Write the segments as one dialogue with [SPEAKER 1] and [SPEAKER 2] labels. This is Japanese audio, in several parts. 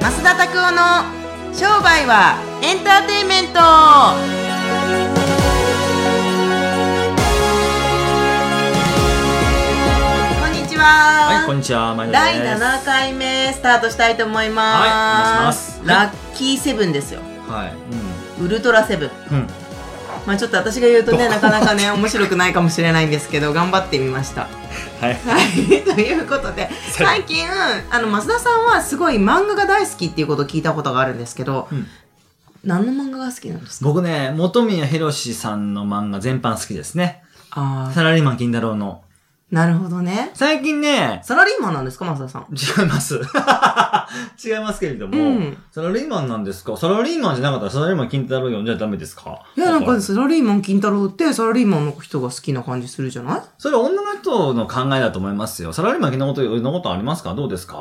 [SPEAKER 1] 拓夫の商売はエンターテインメントこんにちは、
[SPEAKER 2] はい、こんにちは、まゆです。
[SPEAKER 1] 第7回目スタートしたいと思います,、
[SPEAKER 2] はいお願いします
[SPEAKER 1] ラッキーセブンですよ
[SPEAKER 2] はい、
[SPEAKER 1] ウルトラセブン
[SPEAKER 2] うん、うん、
[SPEAKER 1] まあちょっと私が言うとね
[SPEAKER 2] ど
[SPEAKER 1] な
[SPEAKER 2] こ
[SPEAKER 1] かなかね面白くないかもしれないんですけど頑張ってみました
[SPEAKER 2] は
[SPEAKER 1] は
[SPEAKER 2] い、
[SPEAKER 1] い、 ということで
[SPEAKER 2] そう
[SPEAKER 1] 最近あの増田さんはすごい漫画が大好きっていうことを聞いたことがあるんですけど、
[SPEAKER 2] うん
[SPEAKER 1] 何の漫画が好きなんですか
[SPEAKER 2] 僕ね、本宮博さんの漫画全般好きですね。
[SPEAKER 1] ああ
[SPEAKER 2] サラリーマン金太郎の。
[SPEAKER 1] なるほどね
[SPEAKER 2] 最近ね、
[SPEAKER 1] サラリーマンなんですか増田さん
[SPEAKER 2] 違います。 違いますけれども、
[SPEAKER 1] うん
[SPEAKER 2] サラリーマンなんですかサラリーマンじゃなかったらサラリーマン金太郎読んじゃダメですか
[SPEAKER 1] いやなん
[SPEAKER 2] わ
[SPEAKER 1] か
[SPEAKER 2] る
[SPEAKER 1] サラリーマン金太郎ってサラリーマンの人が好きな感じするじゃない
[SPEAKER 2] それは女の人の考えだと思いますよ。サラリーマン金太郎のこと、のことありますかどうですか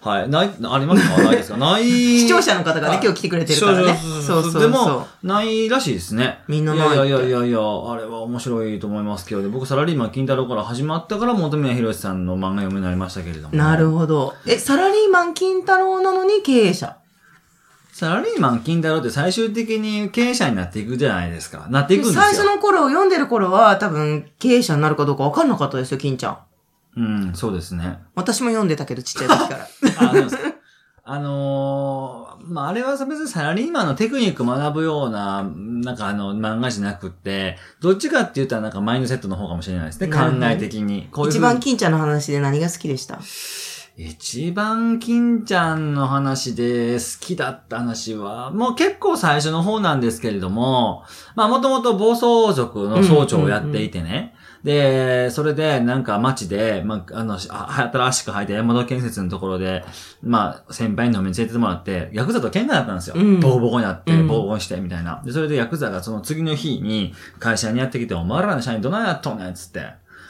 [SPEAKER 2] はい。ない、ありますかない ですかない。
[SPEAKER 1] 視聴者の方がね今日来てくれてるからねそうそうそう
[SPEAKER 2] でも、ないらしいですね。
[SPEAKER 1] みんなないって
[SPEAKER 2] やいやいやいやいや、あれは面白いと思いますけど、僕サラリーマン金太郎から始まったから、本宮博さんの漫画読めになりましたけれども。
[SPEAKER 1] なる
[SPEAKER 2] ど。
[SPEAKER 1] ほどえサラリーマン金太郎なのに経営者
[SPEAKER 2] サラリーマン金太郎って最終的に経営者になっていくじゃないですか。なっていくんですよ。
[SPEAKER 1] 最初の頃読んでる頃は多分経営者になるかどうか分かんなかったですよ金ちゃん
[SPEAKER 2] うん、そうですね。
[SPEAKER 1] 私も読んでたけどちっちゃい時 から
[SPEAKER 2] あそうですかあのーまあ、あれは別にサラリーマンのテクニック学ぶような、なんかあの、漫画じゃなくって、どっちかって言ったらなんかマインドセットの方かもしれないですね。考
[SPEAKER 1] なるほど
[SPEAKER 2] え的に。こういうふ
[SPEAKER 1] 一
[SPEAKER 2] うに
[SPEAKER 1] 番金ちゃんの話で何が好きでした
[SPEAKER 2] 一番金ちゃんの話で好きだった話は、もう結構最初の方なんですけれども、まあもともと暴走族の総長をやっていてね、で、それでなんか街で、まあ、あの、あ新しく入った山田建設のところで、まあ先輩に飲みに連れてってもらって、ヤクザと喧嘩だったんですよ。
[SPEAKER 1] うん
[SPEAKER 2] ボコボコになって、
[SPEAKER 1] うん
[SPEAKER 2] ボコボコにして、みたいな。で、それでヤクザがその次の日に会社にやってきて、お前らの社員どないやっとんねんっつって。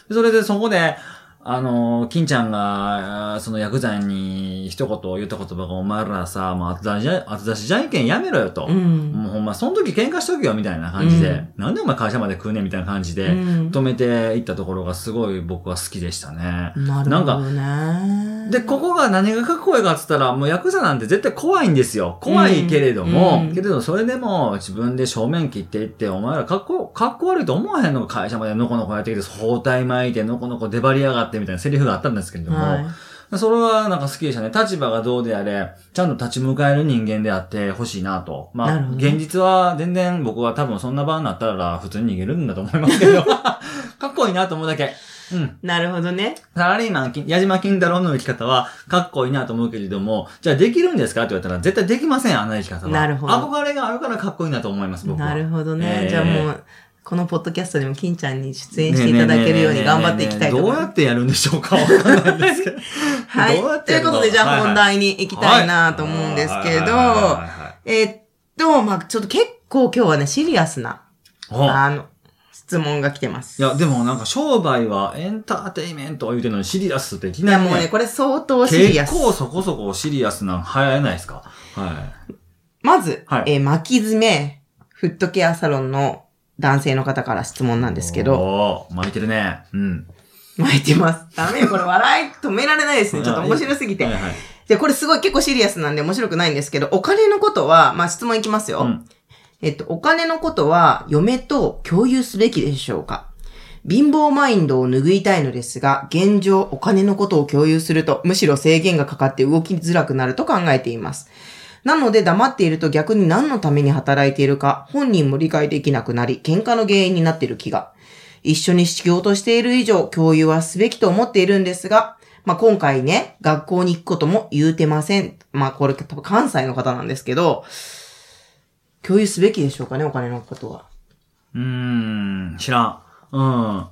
[SPEAKER 2] でそれでそこで、あの、金ちゃんが、あーそのヤクザに一言言った言葉が、お前らさ、もう後出しじゃ、後出しじゃんけんやめろよと。
[SPEAKER 1] うん
[SPEAKER 2] もうほんま、その時喧嘩しとけよみたいな感じで、
[SPEAKER 1] うん
[SPEAKER 2] なんでお前会社まで食うねんみたいな感じ
[SPEAKER 1] う
[SPEAKER 2] で、
[SPEAKER 1] ん
[SPEAKER 2] 止めていったところがすごい僕は好きでしたね。
[SPEAKER 1] なるほどね
[SPEAKER 2] で、ここが何がかっこいいかっつったら、もうヤクザなんて絶対怖いんですよ。怖いけれども、
[SPEAKER 1] うん
[SPEAKER 2] けれどそれでも自分で正面切っていって、お前らかっこ、かっこ悪いと思わへんのか会社までのこのこやってきて、包帯巻いてのこのこ出張りやがってみたいなセリフがあったんですけれども、
[SPEAKER 1] は
[SPEAKER 2] それはなんか好きでしたね。立場がどうであれ、ちゃんと立ち向かえる人間であってほしいなと。
[SPEAKER 1] なる
[SPEAKER 2] まあ、
[SPEAKER 1] ほどね
[SPEAKER 2] 現実は全然僕は多分そんな場になったら普通に逃げるんだと思います けど、かっこいいなと思うだけ。うん。
[SPEAKER 1] い、なるほどね
[SPEAKER 2] サラリーマン、金矢島金太郎の生き方は、かっこいいなと思うけれども、じゃあできるんですかって言われたら、絶対できません、あの生き方は。
[SPEAKER 1] なるほど
[SPEAKER 2] 憧れがあるからかっこいいなと思います、僕は。
[SPEAKER 1] なるほどね、
[SPEAKER 2] えー
[SPEAKER 1] じゃあもうこのポッドキャストでも金ちゃんに出演していただけるように頑張っていきたいと思い
[SPEAKER 2] ねえねえねえねえねえどうや
[SPEAKER 1] ま
[SPEAKER 2] ってやるんでしょうかわかんないですけど。
[SPEAKER 1] す。は
[SPEAKER 2] どうや
[SPEAKER 1] い。
[SPEAKER 2] っ
[SPEAKER 1] と
[SPEAKER 2] て
[SPEAKER 1] い
[SPEAKER 2] や
[SPEAKER 1] う
[SPEAKER 2] る
[SPEAKER 1] こ
[SPEAKER 2] の
[SPEAKER 1] とで、じゃあ本題に
[SPEAKER 2] い
[SPEAKER 1] 行きたいなと思うんですけど、
[SPEAKER 2] はい
[SPEAKER 1] えっと、まあちょっと結構今日はね、シリアスな、
[SPEAKER 2] はいはいはいはい
[SPEAKER 1] あの、質問が来てます。
[SPEAKER 2] いや、でもなんか商売はエンターテイメントを言うてるのにシリアスっていき
[SPEAKER 1] い
[SPEAKER 2] な
[SPEAKER 1] や
[SPEAKER 2] り
[SPEAKER 1] もうね、
[SPEAKER 2] ね、
[SPEAKER 1] これ相当シリア
[SPEAKER 2] 結
[SPEAKER 1] ス。
[SPEAKER 2] 構そこそこシリアスなん流行らないですかは
[SPEAKER 1] まず、
[SPEAKER 2] はい
[SPEAKER 1] えー巻き爪、フットケアサロンの男性の方から質問なん
[SPEAKER 2] い。
[SPEAKER 1] ですけど、
[SPEAKER 2] おー。巻いてるね。うん。
[SPEAKER 1] 巻いてます。ダメよ、これ笑い止められないですね。ちょっと面白すぎて
[SPEAKER 2] はい。はい。
[SPEAKER 1] で、これすごい結構シリアスなんで面白くないんですけど、お金のことは、まあ質問いきますよ。
[SPEAKER 2] うん
[SPEAKER 1] えっと、お金のことは嫁と共有すべきでしょうか貧乏マインドを拭いたいのですが、現状お金のことを共有すると、むしろ制限がかかって動きづらくなると考えています。なので黙っていると逆に何のために働いているか、本人も理解できなくなり、喧嘩の原因になっている気が。一緒に仕事をしている以上、共有はすべきと思っているんですが、まあ、今回ね、学校に行くことも言うてません。まあ、これ多分関西の方なんですけど、共有すべきでしょうかね、お金のことは。
[SPEAKER 2] うーん、知らん。うん。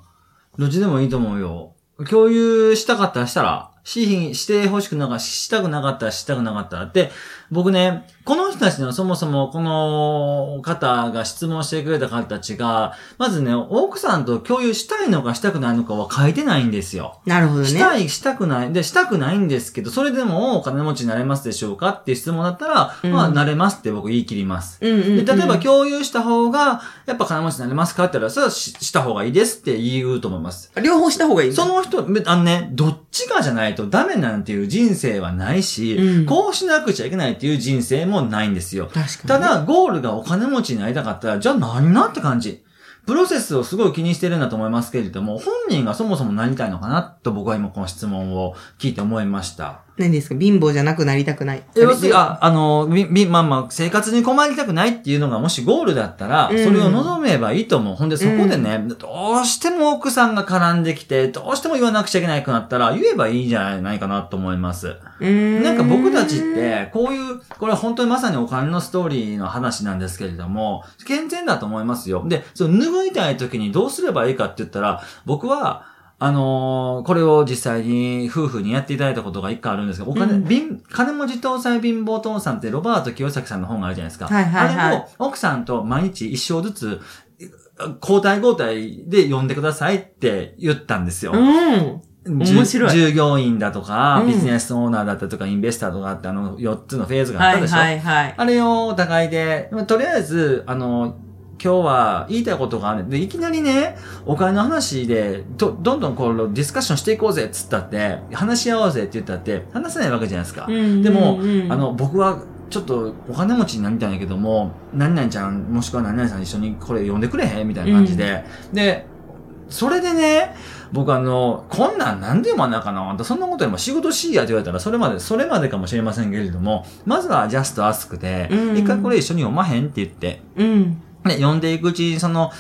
[SPEAKER 2] どっちでもいいと思うよ。共有したかったらしたら、しひん、して欲しくなか、したくなかったらしたくなかったらって、僕ね、この人たちのそもそもこの方が質問してくれた方たちが、まずね、奥さんと共有したいのかしたくないのかは書いてないんですよ。
[SPEAKER 1] なるほどね。
[SPEAKER 2] したい、したくない。で、したくないんですけど、それでもお金持ちになれますでしょうかっていう質問だったら、
[SPEAKER 1] うん
[SPEAKER 2] まあ、なれますって僕言い切ります。
[SPEAKER 1] うんうん、う
[SPEAKER 2] で
[SPEAKER 1] ん。
[SPEAKER 2] 例えば共有した方が、やっぱ金持ちになれますかって言ったら、それはしした方がいいですって言うと思います。
[SPEAKER 1] 両方した方がいいの
[SPEAKER 2] その人、めあのね、どっちかじゃないとダメなんていう人生はないし、
[SPEAKER 1] うん
[SPEAKER 2] こうしなくちゃいけないっっていう人生もないんですよ。
[SPEAKER 1] 確か
[SPEAKER 2] た
[SPEAKER 1] に。、
[SPEAKER 2] だ、ゴールがお金持ちになりたかったら、じゃあ何なって感じ。プロセスをすごい気にしてるんだと思いますけれども、本人がそもそもなりたいのかなと僕は今この質問を聞いて思いました。
[SPEAKER 1] 何ですか貧乏じゃなくなりたくない。
[SPEAKER 2] 要するに、あ、あの、み、み、まあまあ、生活に困りたくないっていうのがもしゴールだったら、
[SPEAKER 1] うん
[SPEAKER 2] それを望めばいいと思う。ほんで、そこでね、どうしても奥さんが絡んできて、どうしても言わなくちゃいけないくなったら、言えばいいんじゃないかなと思います。
[SPEAKER 1] うーん
[SPEAKER 2] なんか僕たちっ、て、こういう、これは本当にまさにお金のストーリーの話なんですけれども、健全だと思いますよ。で、その拭いたい時にどうすればいいかって言ったら、僕は、あのーこれを実際に夫婦にやっていただいたことが一回あるんですけど、お金、
[SPEAKER 1] うん
[SPEAKER 2] 貧、金持ち搭載貧乏父さんってロバート清崎さんの本があるじゃないですか。
[SPEAKER 1] はいはいはい
[SPEAKER 2] あれを奥さんと毎日一生ずつ、交代交代で呼んでくださいって言ったんですよ。
[SPEAKER 1] うん。面白い
[SPEAKER 2] じゅ従業員だとか
[SPEAKER 1] う、ん
[SPEAKER 2] ビジネスオーナーだったとか、インベスターとかあって、あの、4つのフェーズがあっ
[SPEAKER 1] は
[SPEAKER 2] た
[SPEAKER 1] い
[SPEAKER 2] でしょ、
[SPEAKER 1] はいはい。
[SPEAKER 2] あれをお互いで、まあとりあえず、あの、今日は言いたいことがある。で、いきなりね、お金の話で、ど、どんどんこう、ディスカッションしていこうぜっつったって、話し合おうぜって言ったって、話せないわけじゃないですか。
[SPEAKER 1] うん
[SPEAKER 2] でも、
[SPEAKER 1] うんうん
[SPEAKER 2] あの、僕は、ちょっとお金持ちになりたいんだけども、何々ちゃん、もしくは何々さん一緒にこれ読んでくれへんみたいな感じで。で、それでね、僕あの、こんなん何でもなかな、あんたそんなことよりも仕事しいやって言われたら、それまで、それまでかもしれませんけれども、まずはジャストアスクで、
[SPEAKER 1] うん
[SPEAKER 2] 一回これ一緒に読まへんって言って、
[SPEAKER 1] うん。
[SPEAKER 2] ね、読んでいくうちに、その、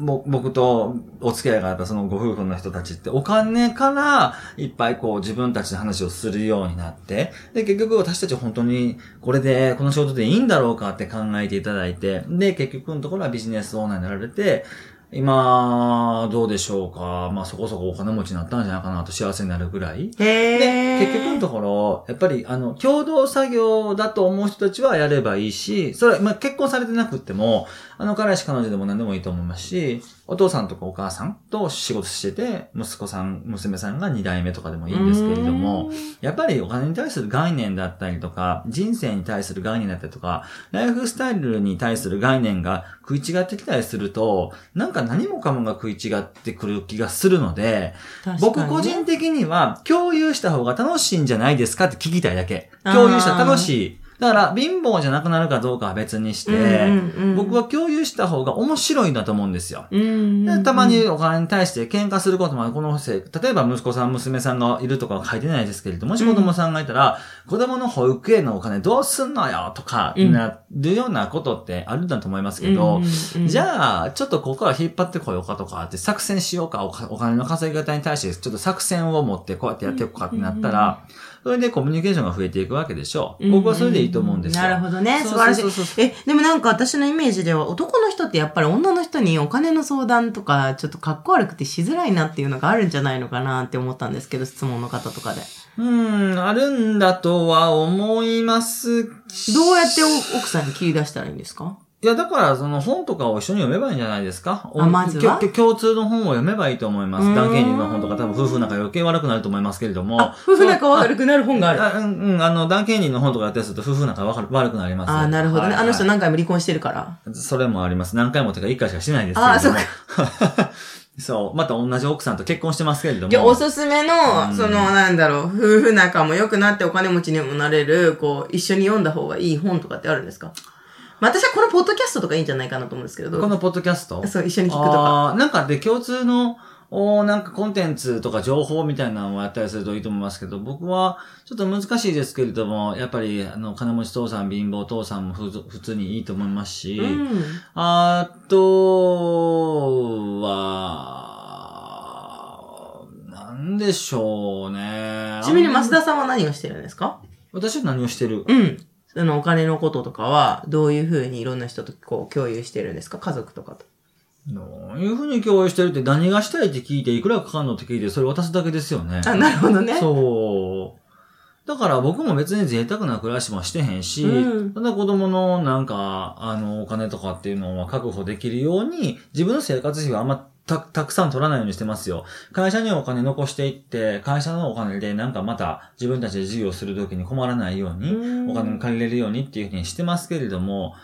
[SPEAKER 2] ぼ僕とお付き合いがあったそのご夫婦の人たちってお金からいっぱいこう自分たちの話をするようになって、で結局私たち本当にこれでこの仕事でいいんだろうかって考えていただいて、で結局のところはビジネスオーナーになられて、今どうでしょうか、まあそこそこお金持ちになったんじゃないかなと幸せになるぐらい。
[SPEAKER 1] へ
[SPEAKER 2] で、
[SPEAKER 1] ー
[SPEAKER 2] 結局のところ、やっぱり、あの、共同作業だと思う人たちはやればいいし、それ、まあ、結婚されてなくっても、あの、彼氏彼女でも何でもいいと思いますし、お父さんとかお母さんと仕事してて、息子さん、娘さんが二代目とかでもいいんですけれども、やっぱりお金に対する概念だったりとか、人生に対する概念だったりとか、ライフスタイルに対する概念が食い違ってきたりすると、なんか何もかもが食い違ってくる気がするので、
[SPEAKER 1] うん、
[SPEAKER 2] 僕個人的には、共有した方が楽しいんじゃないですかって聞きたいだけ。共有したら楽しい。だから、貧乏じゃなくなるかどうかは別にして、僕は、共有した方が面白いんだと思うんですよ。
[SPEAKER 1] うんうんうん
[SPEAKER 2] でたまに、お金に対して喧嘩することもある。このせ例えば息子さん、娘さんがいるとかは書いてないですけれども、もし子供さんがいたら、子供の保育園のお金どうすんのよとか、
[SPEAKER 1] うん
[SPEAKER 2] なるようなことってあるんだと思いますけど、じ
[SPEAKER 1] あ、
[SPEAKER 2] ゃあ、ちょっとここから引っ張ってこようかとかって、作戦しようか、おかお金の稼ぎ方に対して、ちょっと作戦を持ってこうやってやっていこうかってなったら、それでコミュニケーションが増えていくわけでしょう。僕はそれでいいと思うんですよ。
[SPEAKER 1] なるほどね。素晴らしい
[SPEAKER 2] そう。そうそうそう
[SPEAKER 1] え、でもなんか私のイメージでは男の人ってやっぱり女の人にお金の相談とかちょっとかっこ悪くてしづらいなっていうのがあるんじゃないのかなって思ったんですけど、質問の方とかで。
[SPEAKER 2] うーん、あるんだとは思いますど
[SPEAKER 1] どうやってお奥さんに切り出したらいいんですか
[SPEAKER 2] いや、だから、その本とかを一緒に読めばいいんじゃないですか
[SPEAKER 1] あまずは
[SPEAKER 2] きょきょ共通の本を読めばいいと思いま
[SPEAKER 1] うーん
[SPEAKER 2] す。男芸人の本とか多分夫婦仲余計悪くなると思いますけれども。
[SPEAKER 1] 夫婦仲悪くなる本がある。あ
[SPEAKER 2] あうん、うん、あの、男系人の本とかやったりすると夫婦仲わかる悪くなります。
[SPEAKER 1] あー、なるほどね。
[SPEAKER 2] はい
[SPEAKER 1] あの人
[SPEAKER 2] は
[SPEAKER 1] 何回も離婚してるから。
[SPEAKER 2] いそれもあります。何回もというか一回しかしてないですけ
[SPEAKER 1] あー
[SPEAKER 2] れ
[SPEAKER 1] そ
[SPEAKER 2] ど
[SPEAKER 1] う
[SPEAKER 2] も。 そう。また同じ奥さんと結婚してますけれども。
[SPEAKER 1] じゃあおすすめの、
[SPEAKER 2] うん
[SPEAKER 1] その、なんだろう、夫婦仲も良くなってお金持ちにもなれる、こう、一緒に読んだ方がいい本とかってあるんですかまあ、私はこのポッドキャストとかいいんじゃないかなと思うんですけれ
[SPEAKER 2] こ
[SPEAKER 1] ど。
[SPEAKER 2] のポッドキャスト
[SPEAKER 1] そう、一緒に聞くとか。
[SPEAKER 2] あーなんかで共通の、おーなんかコンテンツとか情報みたいなのをやったりするといいと思いますけど、僕はちょっと難しいですけれども、やっぱり、あの、金持ち父さん、貧乏父さんもふず普通にいいと思いますし、
[SPEAKER 1] うん。
[SPEAKER 2] あとは、なんでしょうね。
[SPEAKER 1] ちなみに
[SPEAKER 2] あん
[SPEAKER 1] 増田さんは何をしてるんですか
[SPEAKER 2] 私は何をしてる
[SPEAKER 1] うん。そのお金のこととかは、どういうふうにいろんな人とこう共有してるんですか家族とかと。
[SPEAKER 2] どういうふうに共有してるって何がしたいって聞いて、いくらかかるのって聞いて、それ渡すだけですよね。
[SPEAKER 1] あ、なるほどね。
[SPEAKER 2] そう。だから僕も別に贅沢な暮らしもしてへんし、
[SPEAKER 1] うん
[SPEAKER 2] ただ子供のなんか、あの、お金とかっていうのは確保できるように、自分の生活費はあんまた、たくさん取らないようにしてますよ。会社にお金残していって、会社のお金でなんかまた自分たちで事業するときに困らないように、
[SPEAKER 1] うん
[SPEAKER 2] お金も借りれるようにっていうふうにしてますけれども、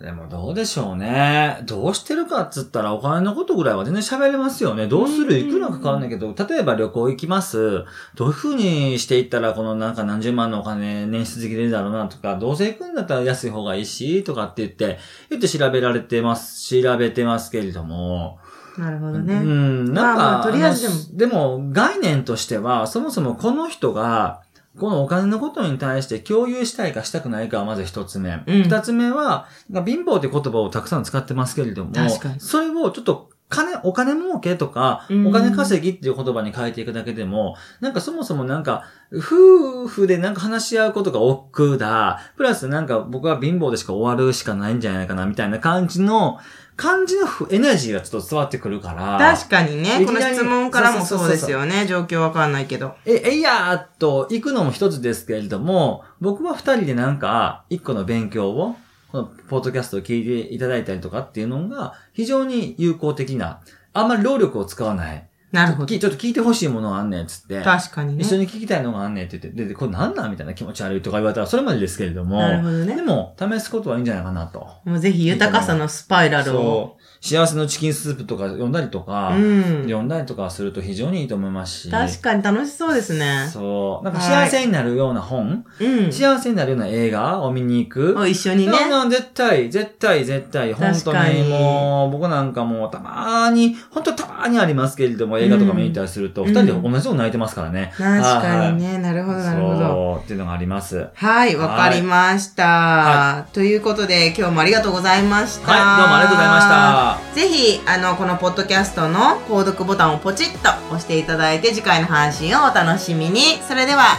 [SPEAKER 2] でもどうでしょうね。どうしてるかっつったらお金のことぐらいは全然喋れますよね。どうする
[SPEAKER 1] うん
[SPEAKER 2] いくらかかるんだけど、例えば旅行行きます。どういう風にしていったらこのなんか何十万のお金捻出できるだろうなとか、どうせ行くんだったら安い方がいいし、とかって言って、言って調べられてます、調べてますけれども。
[SPEAKER 1] なるほど
[SPEAKER 2] う
[SPEAKER 1] ね。
[SPEAKER 2] ん、なんか、
[SPEAKER 1] まあまあとりあえず
[SPEAKER 2] でも、概念としては、そもそもこの人が、このお金のことに対して共有したいかしたくないかはまず一つ目。
[SPEAKER 1] うん
[SPEAKER 2] 二つ目は、なんか貧乏って言葉をたくさん使ってますけれども、
[SPEAKER 1] 確かに
[SPEAKER 2] それをちょっと金、お金儲けとか、
[SPEAKER 1] うん
[SPEAKER 2] お金稼ぎっていう言葉に変えていくだけでも、なんかそもそもなんか、夫婦でなんか話し合うことが億劫だ、プラスなんか僕は貧乏でしか終わるしかないんじゃないかな、みたいな感じの、感じのふエナジーがちょっと伝わってくるから。
[SPEAKER 1] 確かにね、
[SPEAKER 2] い
[SPEAKER 1] こ
[SPEAKER 2] き
[SPEAKER 1] の
[SPEAKER 2] なり
[SPEAKER 1] 質問からも
[SPEAKER 2] そ
[SPEAKER 1] そ
[SPEAKER 2] うそう
[SPEAKER 1] う
[SPEAKER 2] そうそう
[SPEAKER 1] ですよね。状況わかんないけど。
[SPEAKER 2] え、えいやーっと、行くのも一つですけれども、僕は二人でなんか、一個の勉強を、このポッドキャストを聞いていただいたりとかっていうのが、非常に有効的な、あんまり労力を使わない。
[SPEAKER 1] なるほど。
[SPEAKER 2] きちょっと聞いてほしいものがあんねんっつって。
[SPEAKER 1] 確かにね
[SPEAKER 2] 一。緒に聞きたいのがあんねんって言って、で、でこれなんなんみたいな気持ち悪いとか言われたら、それまでですけれども。
[SPEAKER 1] なるほど
[SPEAKER 2] で
[SPEAKER 1] ね。
[SPEAKER 2] も、試すことはいいんじゃないかなと。
[SPEAKER 1] もうぜひ豊かさのスパイラルを。
[SPEAKER 2] そう。幸せのチキンスープとか読んだりとか、
[SPEAKER 1] うん。
[SPEAKER 2] 読んだりとかすると非常にいいと思いますし。
[SPEAKER 1] 確かに楽しそうですね。
[SPEAKER 2] そう。なんか
[SPEAKER 1] はい
[SPEAKER 2] 幸せになるような本、
[SPEAKER 1] うん。
[SPEAKER 2] 幸せになるような映画を見に行く。
[SPEAKER 1] を一緒にね。
[SPEAKER 2] なな絶対、絶対、絶対、本
[SPEAKER 1] 確
[SPEAKER 2] 当
[SPEAKER 1] かに
[SPEAKER 2] にもう、僕なんかもうたまーに、本当たまーにありますけれども、映画とか見に行ったりすると、
[SPEAKER 1] うん
[SPEAKER 2] 二人で同じように泣いてますからね。
[SPEAKER 1] 確かにね。なるほど、なるほど。
[SPEAKER 2] そう、っていうのがあります。
[SPEAKER 1] は
[SPEAKER 2] はい、
[SPEAKER 1] い、わかりました、
[SPEAKER 2] は
[SPEAKER 1] ということで、今日もありがとうございまし
[SPEAKER 2] どう
[SPEAKER 1] た。
[SPEAKER 2] もありがとうございました。
[SPEAKER 1] ぜひ、あの、このポッドキャストの購読ボタンをポチッと押していただいて、次回の配信をお楽しみに。それでは、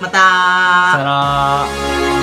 [SPEAKER 1] また
[SPEAKER 2] さよなら。